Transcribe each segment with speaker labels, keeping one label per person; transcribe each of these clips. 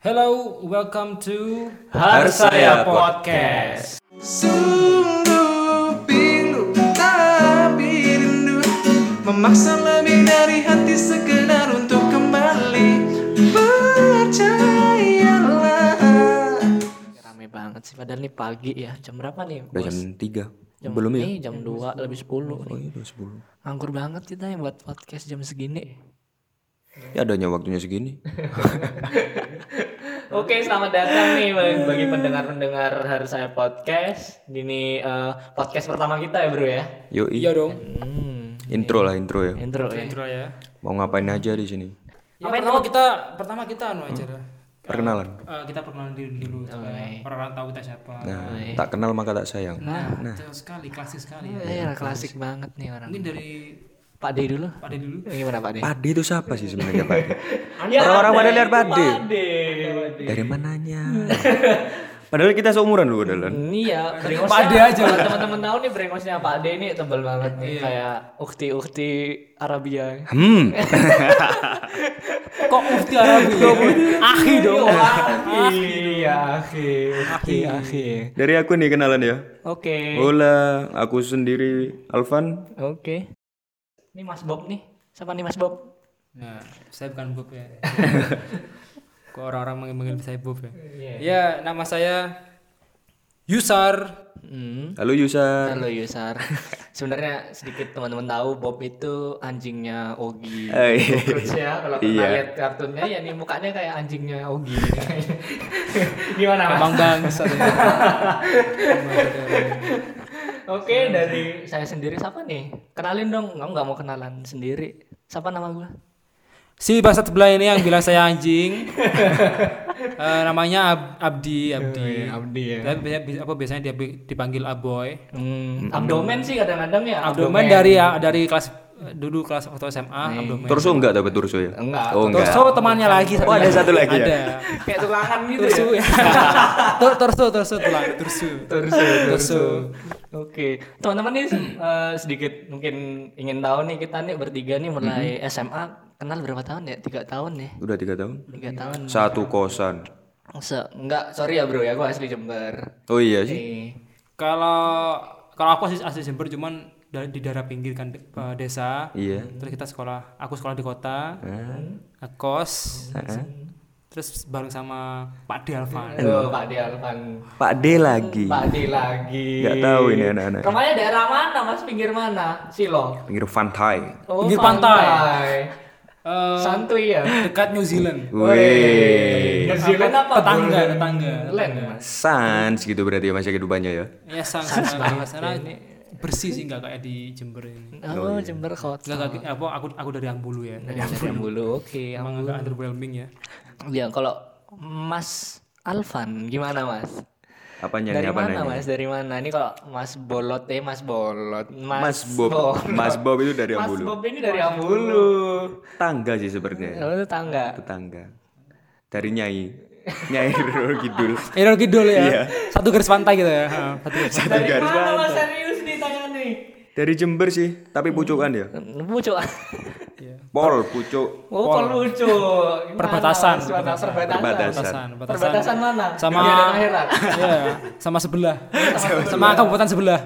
Speaker 1: Hello, welcome to
Speaker 2: Harsaya
Speaker 1: Podcast.
Speaker 3: Sungguh pilu tapi rindu Memaksa lebih dari hati sekedar untuk kembali Percayalah
Speaker 4: Rame banget sih padahal nih pagi ya. Jam berapa nih?
Speaker 2: Udah
Speaker 4: Bos?
Speaker 2: jam 3
Speaker 4: Jam-
Speaker 2: Belum ya?
Speaker 4: Ih, jam 2 lebih 10
Speaker 2: Oh
Speaker 4: nih.
Speaker 2: iya udah 10
Speaker 4: Anggur banget kita yang buat podcast jam segini.
Speaker 2: Ya adanya waktunya segini
Speaker 4: Oke, selamat datang nih bagi, bagi pendengar-pendengar harus saya podcast. Ini eh, podcast pertama kita ya, Bro ya.
Speaker 2: Yoi
Speaker 1: Iya dong.
Speaker 4: Hmm,
Speaker 2: Intro lah intro ya
Speaker 4: intro ya.
Speaker 1: Intro ya.
Speaker 2: Mau ngapain aja di sini
Speaker 1: Ya, pertama kita pertama kita anu acara.
Speaker 2: Perkenalan
Speaker 1: Eh, kita perkenalan diri dulu supaya orang tahu kita siapa.
Speaker 2: Nah tak kenal maka tak sayang
Speaker 1: Nah, jauh sekali, klasik sekali ya.
Speaker 4: Eh, klasik banget nih orang.
Speaker 1: Mungkin dari
Speaker 4: Pak D dulu.
Speaker 1: Pak De dulu.
Speaker 4: Gimana Pak D?
Speaker 2: Pade itu siapa sih sebenarnya Pade?
Speaker 4: Ya,
Speaker 2: Orang-orang pada lihat
Speaker 4: Pak
Speaker 2: Pade
Speaker 4: D.
Speaker 2: Dari mananya Padahal kita seumuran loh padahal
Speaker 4: Ini ya,
Speaker 1: Pak D aja, Bro.
Speaker 4: Teman-teman tahu nih brengosnya Pak D ini tebel banget nih kayak ukti-ukti Arabia.
Speaker 2: Hmm
Speaker 1: Kok Mufti Arabi? Akhi dong.
Speaker 4: Iya, akhi. Akhi, akhi.
Speaker 2: Dari aku nih kenalan ya
Speaker 4: Oke.
Speaker 2: Hola aku sendiri Alvan
Speaker 4: Oke. Ini Mas Bob nih. Siapa nih Mas Bob?
Speaker 1: Nah, saya bukan Bob ya. Kok orang-orang manggil-manggil saya Bob ya?
Speaker 4: Iya.
Speaker 1: Ya, nama saya Yusar.
Speaker 4: Hmm.
Speaker 2: Halo Yusa
Speaker 4: Halo Yusar. Sebenarnya sedikit teman-teman tahu Bob itu anjingnya Ogi.
Speaker 2: Eh, iya.
Speaker 4: Terus ya kalau pernah
Speaker 2: Iya.
Speaker 4: lihat kartunnya ya nih mukanya kayak anjingnya Ogi. Gimana Mas?
Speaker 1: Emang bangsa. ya. Emang bangsa.
Speaker 4: Oke dari saya sendiri siapa nih? Kenalin dong, kamu nggak mau kenalan sendiri. Siapa nama gua?
Speaker 1: si bahasa sebelah ini yang bilang saya anjing Eh, namanya Ab- Abdi Abdi
Speaker 4: Oh, iya, Abdi ya.
Speaker 1: Tapi biasanya, bi- apa biasanya dia bi- dipanggil Aboy
Speaker 4: Hmm, abdomen sih kadang-kadang ya.
Speaker 1: abdomen dari dari kelas eh, dulu kelas waktu SMA
Speaker 4: Iya.
Speaker 1: abdomen
Speaker 2: Torso enggak tapi torso ya?
Speaker 4: Enggak,
Speaker 2: Oh enggak
Speaker 1: torso temannya lagi satu
Speaker 2: Oh, ada satu lagi ya?
Speaker 1: ada
Speaker 4: kayak tulangan gitu
Speaker 1: torso ya Tor- torso torso tulang torso
Speaker 4: Torso,
Speaker 1: torso
Speaker 4: Oke, teman-teman nih eh, sedikit mungkin ingin tahu nih kita nih bertiga nih mulai
Speaker 1: Mm-hmm.
Speaker 4: SMA kenal berapa tahun ya? Tiga tahun ya?
Speaker 2: Udah tiga tahun
Speaker 1: Iya.
Speaker 4: Tiga tahun.
Speaker 2: Satu kosan
Speaker 4: Se enggak, sorry ya bro ya, gua asli Jember.
Speaker 2: Oh iya sih
Speaker 4: Eh,
Speaker 1: kalau kalau aku asli, asli Jember cuman da- di daerah pinggir kan de- eh, desa
Speaker 2: Iya
Speaker 1: terus kita sekolah aku sekolah di kota ngekos terus bareng sama Pak D Alvan
Speaker 4: Aduh, Pak D Alvan.
Speaker 2: Pak D lagi.
Speaker 4: Pak D lagi.
Speaker 1: Iya.
Speaker 2: Nggak tahu ini anak-anak.
Speaker 4: Rumahnya daerah mana, Mas? Pinggir mana? Silo.
Speaker 2: Pinggir Fantai.
Speaker 4: Oh,
Speaker 1: Pinggir pantai.
Speaker 4: pantai. Santuy ya.
Speaker 1: Eh, dekat New Zealand
Speaker 4: Oh, iya,
Speaker 2: Wih.
Speaker 4: Kecilin apa?
Speaker 1: tetangga
Speaker 4: Golden
Speaker 1: tetangga
Speaker 4: Land, Mas.
Speaker 2: Sans gitu berarti ya masa kehidupannya ya.
Speaker 1: ya sangat sangat sana bersih sih nggak kayak di Jember ini
Speaker 4: Oh, Jember kota.
Speaker 1: nggak kayak apa aku aku dari Ambulu ya dari
Speaker 4: Dari Nah, Ambulu, oke.
Speaker 1: emang agak underwhelming ya
Speaker 4: Ya kalau Mas Alvan gimana Mas?
Speaker 2: Apanya
Speaker 4: dari
Speaker 2: nih apa
Speaker 4: mana
Speaker 2: nanya?
Speaker 4: Mas? Dari mana? Ini kalau Mas Bolot eh Mas Bolot.
Speaker 2: Mas Bob. Mas Bob itu dari
Speaker 4: Mas
Speaker 2: Ambulu.
Speaker 4: Bob ini dari Ambulu.
Speaker 2: Tangga sih sepertinya.
Speaker 4: Lalu tetangga.
Speaker 2: Tetangga. Dari Nyai. Nyai Roro Kidul.
Speaker 1: Error Kidul ya satu garis pantai gitu ya Ha, satu garis pantai.
Speaker 2: Dari garis
Speaker 4: Mana Mas
Speaker 2: pantai.
Speaker 4: serius nih tanya nih?
Speaker 2: Dari Jember sih, tapi pucukan ya.
Speaker 4: Lucu.
Speaker 2: Pol pucuk.
Speaker 4: Oh, kok lucu. Gimana,
Speaker 1: Perbatasan,
Speaker 4: Mas? Perbatasan. Perbatasan.
Speaker 2: Perbatasan.
Speaker 4: Perbatasan mana?
Speaker 1: Sama-
Speaker 4: Dunia dan akhirat.
Speaker 1: Iya, sama sebelah sama kabupaten sebelah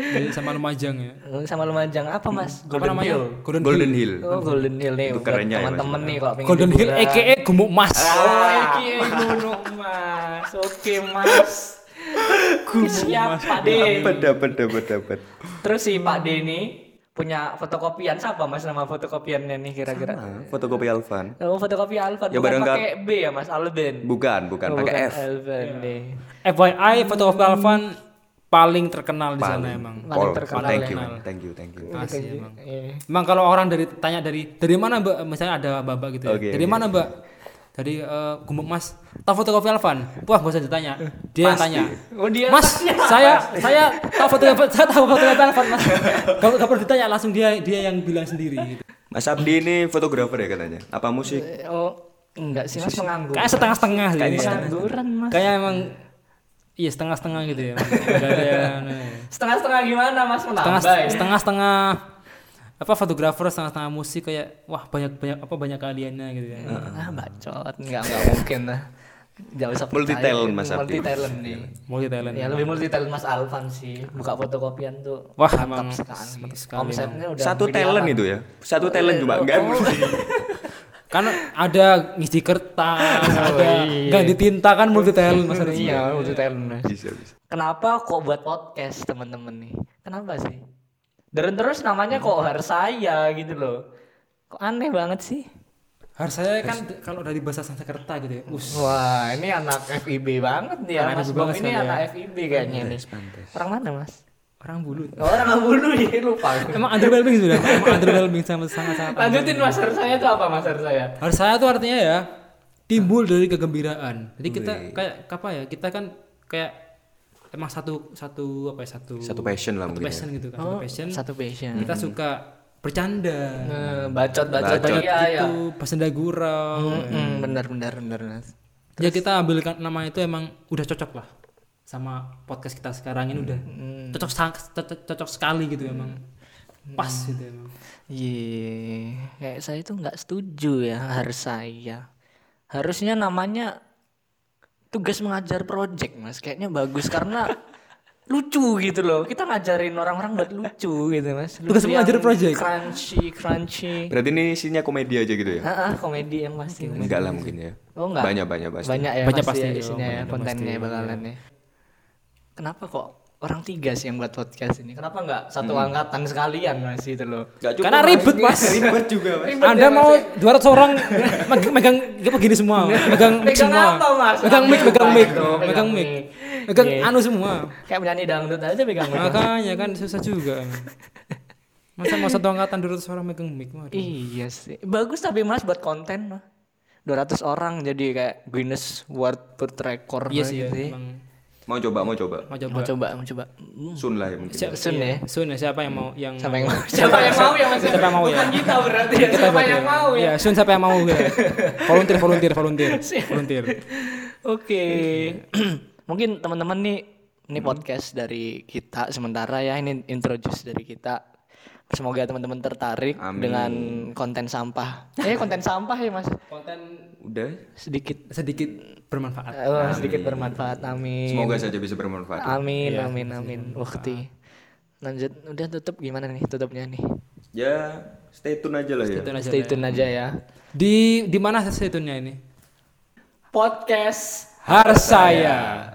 Speaker 1: Eh, sama Lumajang ya
Speaker 4: Eh, Sama Lumajang apa Mas?
Speaker 1: apa namanya
Speaker 4: Hill.
Speaker 1: Golden Hill
Speaker 2: Golden Hill.
Speaker 4: Oh, Golden Hill nih. buat
Speaker 2: kerennya ya, Mas.
Speaker 4: Teman-teman nih kalau pengen
Speaker 1: Golden Hill
Speaker 2: ya?
Speaker 4: liburan.
Speaker 1: aka Gumuk Mas
Speaker 4: Oh, iki gunung mas. Oke mas. Siap Pak D.
Speaker 2: Dapat dapat dapat dapat.
Speaker 4: Terus si Pak D ini punya fotokopian siapa mas nama fotokopiannya nih kira-kira?
Speaker 2: Nah, fotokopi Alvan.
Speaker 4: Oh fotokopi Alvan.
Speaker 2: Ya,
Speaker 4: bukan
Speaker 2: bareng
Speaker 4: pakai B ya mas Alben.
Speaker 2: Bukan, bukan pakai F.
Speaker 4: Alben nih.
Speaker 1: FYI foto of Alvan paling terkenal di sana emang
Speaker 2: Pol.
Speaker 4: Paling terkenal
Speaker 2: thank
Speaker 4: ya.
Speaker 2: you, man. thank you, thank you.
Speaker 1: Asli emang.
Speaker 4: Eh,
Speaker 1: Emang kalau orang dari tanya dari dari mana Mbak? Misalnya ada Mbak gitu ya.
Speaker 2: Oke,
Speaker 1: dari
Speaker 2: oke.
Speaker 1: mana Mbak? Dari eh, Gumuk Mas. Tahu fotokopi Alvan? Wah, gak usah ditanya. Dia yang tanya.
Speaker 4: Oh dia
Speaker 1: Mas, saya saya tahu fotokopi saya tahu fotokopi Alvan Mas. Kalau nggak perlu ditanya langsung dia dia yang bilang sendiri gitu.
Speaker 2: Mas Abdi ini fotografer ya katanya. Apa musik?
Speaker 4: Oh enggak sih mas penganggur.
Speaker 1: Kayak setengah-setengah gitu. ya.
Speaker 4: Pengangguran mas.
Speaker 1: Kayak emang iya setengah-setengah gitu ya. Nggak ada-
Speaker 4: Setengah-setengah gimana mas menambah?
Speaker 1: setengah
Speaker 4: ya?
Speaker 1: setengah setengah apa fotografer setengah-setengah musik kayak wah banyak banyak apa banyak keahliannya gitu ya.
Speaker 4: ah bacot nggak nggak mungkin lah nggak usah
Speaker 2: Multi talent, Mas Ardi.
Speaker 4: multi talent nih
Speaker 1: Multi talent.
Speaker 4: ya lebih multi talent mas Alvan sih buka fotokopian tuh
Speaker 1: Wah,
Speaker 4: mantap
Speaker 1: emang
Speaker 4: sekali.
Speaker 1: mantap sekali,
Speaker 4: omsetnya udah Eh, Oh, iya.
Speaker 2: Satu talent itu ya. kan? Satu talent cuma enggak
Speaker 1: Kan ada ngisi kertas, ada ganti tinta kan multi talent Mas Ardi.
Speaker 4: Oh, iya multi talent
Speaker 1: ya.
Speaker 4: Mas.
Speaker 2: bisa bisa.
Speaker 4: Kenapa kok buat podcast temen-temen nih? Kenapa sih? Dan terus namanya
Speaker 1: Hmm.
Speaker 4: kok harus saya gitu loh. Kok aneh banget sih?
Speaker 1: Harus saya kan d- kalau dari bahasa Sanskerta gitu ya. Us.
Speaker 4: Wah ini anak FIB banget dia.
Speaker 1: Anak
Speaker 4: mas
Speaker 1: FIB
Speaker 4: Bob
Speaker 1: banget ya. Iya,
Speaker 4: ini
Speaker 1: sekali
Speaker 4: anak FIB kayaknya nih. Orang mana mas?
Speaker 1: Orang bulu.
Speaker 4: Oh, Orang Ambulu ya lupa. aku.
Speaker 1: Emang underwhelming sudah. Emang underwhelming sama sangat sangat.
Speaker 4: Lanjutin mas harus saya tuh apa mas harus saya?
Speaker 1: Harus saya tuh artinya ya timbul dari kegembiraan. Jadi kita kayak apa ya? Kita kan kayak emang satu satu apa ya satu
Speaker 2: Satu passion lah
Speaker 1: satu
Speaker 2: mungkin ya.
Speaker 1: passion Hmm. gitu kan. Satu Hmm. passion.
Speaker 4: Satu passion.
Speaker 1: Kita suka bercanda.
Speaker 4: Eh, Bacot bacot
Speaker 1: Bacot
Speaker 4: iya ya.
Speaker 1: gitu, pesenda gurau.
Speaker 4: Bener bener bener mas.
Speaker 1: Ya kita ambilkan nama itu emang udah cocok lah sama podcast kita sekarang ini udah cocok sang- cocok, cocok sekali gitu emang pas gitu emang.
Speaker 4: Ye, Iya, kayak saya tuh nggak setuju ya harus saya. Harusnya namanya tugas mengajar project mas, kayaknya bagus karena lucu gitu loh. Kita ngajarin orang-orang buat lucu gitu mas.
Speaker 1: Tugas
Speaker 4: Lucu
Speaker 1: mengajar
Speaker 4: yang
Speaker 1: project?
Speaker 4: Crunchy, crunchy.
Speaker 2: Berarti ini isinya komedi aja gitu ya?
Speaker 4: Ah, ah, komedi yang pasti.
Speaker 2: Enggak lah mungkin ya.
Speaker 4: Oh enggak.
Speaker 2: Banyak-banyak pasti.
Speaker 4: Banyak ya
Speaker 1: Banyak
Speaker 4: pasti,
Speaker 1: pasti,
Speaker 4: ya isinya ya kontennya bakalan ya. Kenapa kok orang tiga sih yang buat podcast ini? Kenapa nggak satu angkatan sekalian mas itu loh?
Speaker 1: Karena ribet mas.
Speaker 2: Ribet juga, Mas.
Speaker 1: Anda
Speaker 4: ya,
Speaker 1: mau 200 orang meg- megang ya apa gini semua, megang mic
Speaker 4: Megang
Speaker 1: semua.
Speaker 4: apa, Mas?
Speaker 1: Megang mic, megang mic,
Speaker 4: Apa itu?
Speaker 1: megang
Speaker 4: Megang
Speaker 1: mic.
Speaker 4: mic.
Speaker 1: Megang
Speaker 4: Iya.
Speaker 1: anu semua.
Speaker 4: Kayak penyanyi dangdut aja pegang mic.
Speaker 1: Makanya kan susah juga. emang. Masa mau satu angkatan 200 orang megang mic? Waduh.
Speaker 4: Iya sih. Bagus tapi Mas buat konten mah. 200 orang jadi kayak Guinness World Food Record
Speaker 1: Iya sih,
Speaker 4: gitu ya.
Speaker 1: emang.
Speaker 2: Mau coba, mau coba.
Speaker 1: Mau coba.
Speaker 4: Mau coba, mau coba. Hmm.
Speaker 2: Sun lah ya mungkin.
Speaker 1: Siap,
Speaker 4: Sun ya.
Speaker 1: Sun ya, siapa yang mau yang
Speaker 4: Siapa yang mau? Siapa yang mau ya Mas?
Speaker 1: Siapa yang mau ya?
Speaker 4: Bukan kita berarti ya.
Speaker 1: kita
Speaker 4: Siapa
Speaker 1: buat
Speaker 4: yang mau ya?
Speaker 1: Iya, Sun siapa yang mau gitu. volunteer, volunteer, volunteer, volunteer.
Speaker 4: Oke. Mungkin teman-teman nih
Speaker 2: Mm-hmm.
Speaker 4: ini podcast dari kita sementara ya ini introduce dari kita. Semoga teman-teman tertarik
Speaker 2: Amin.
Speaker 4: dengan konten sampah. Eh konten sampah ya Mas.
Speaker 1: Konten
Speaker 2: Udah.
Speaker 4: Sedikit
Speaker 1: sedikit bermanfaat.
Speaker 4: eh, sedikit bermanfaat. Amin.
Speaker 2: Semoga Iya, saja bisa bermanfaat.
Speaker 4: Amin, amin, amin. Waktu lanjut udah tutup gimana nih tutupnya nih?
Speaker 2: Ya, stay tune aja lah ya.
Speaker 1: Itu aja.
Speaker 4: Stay tune aja ya.
Speaker 1: Di di mana setunnya ini?
Speaker 4: Podcast
Speaker 1: Harsaya.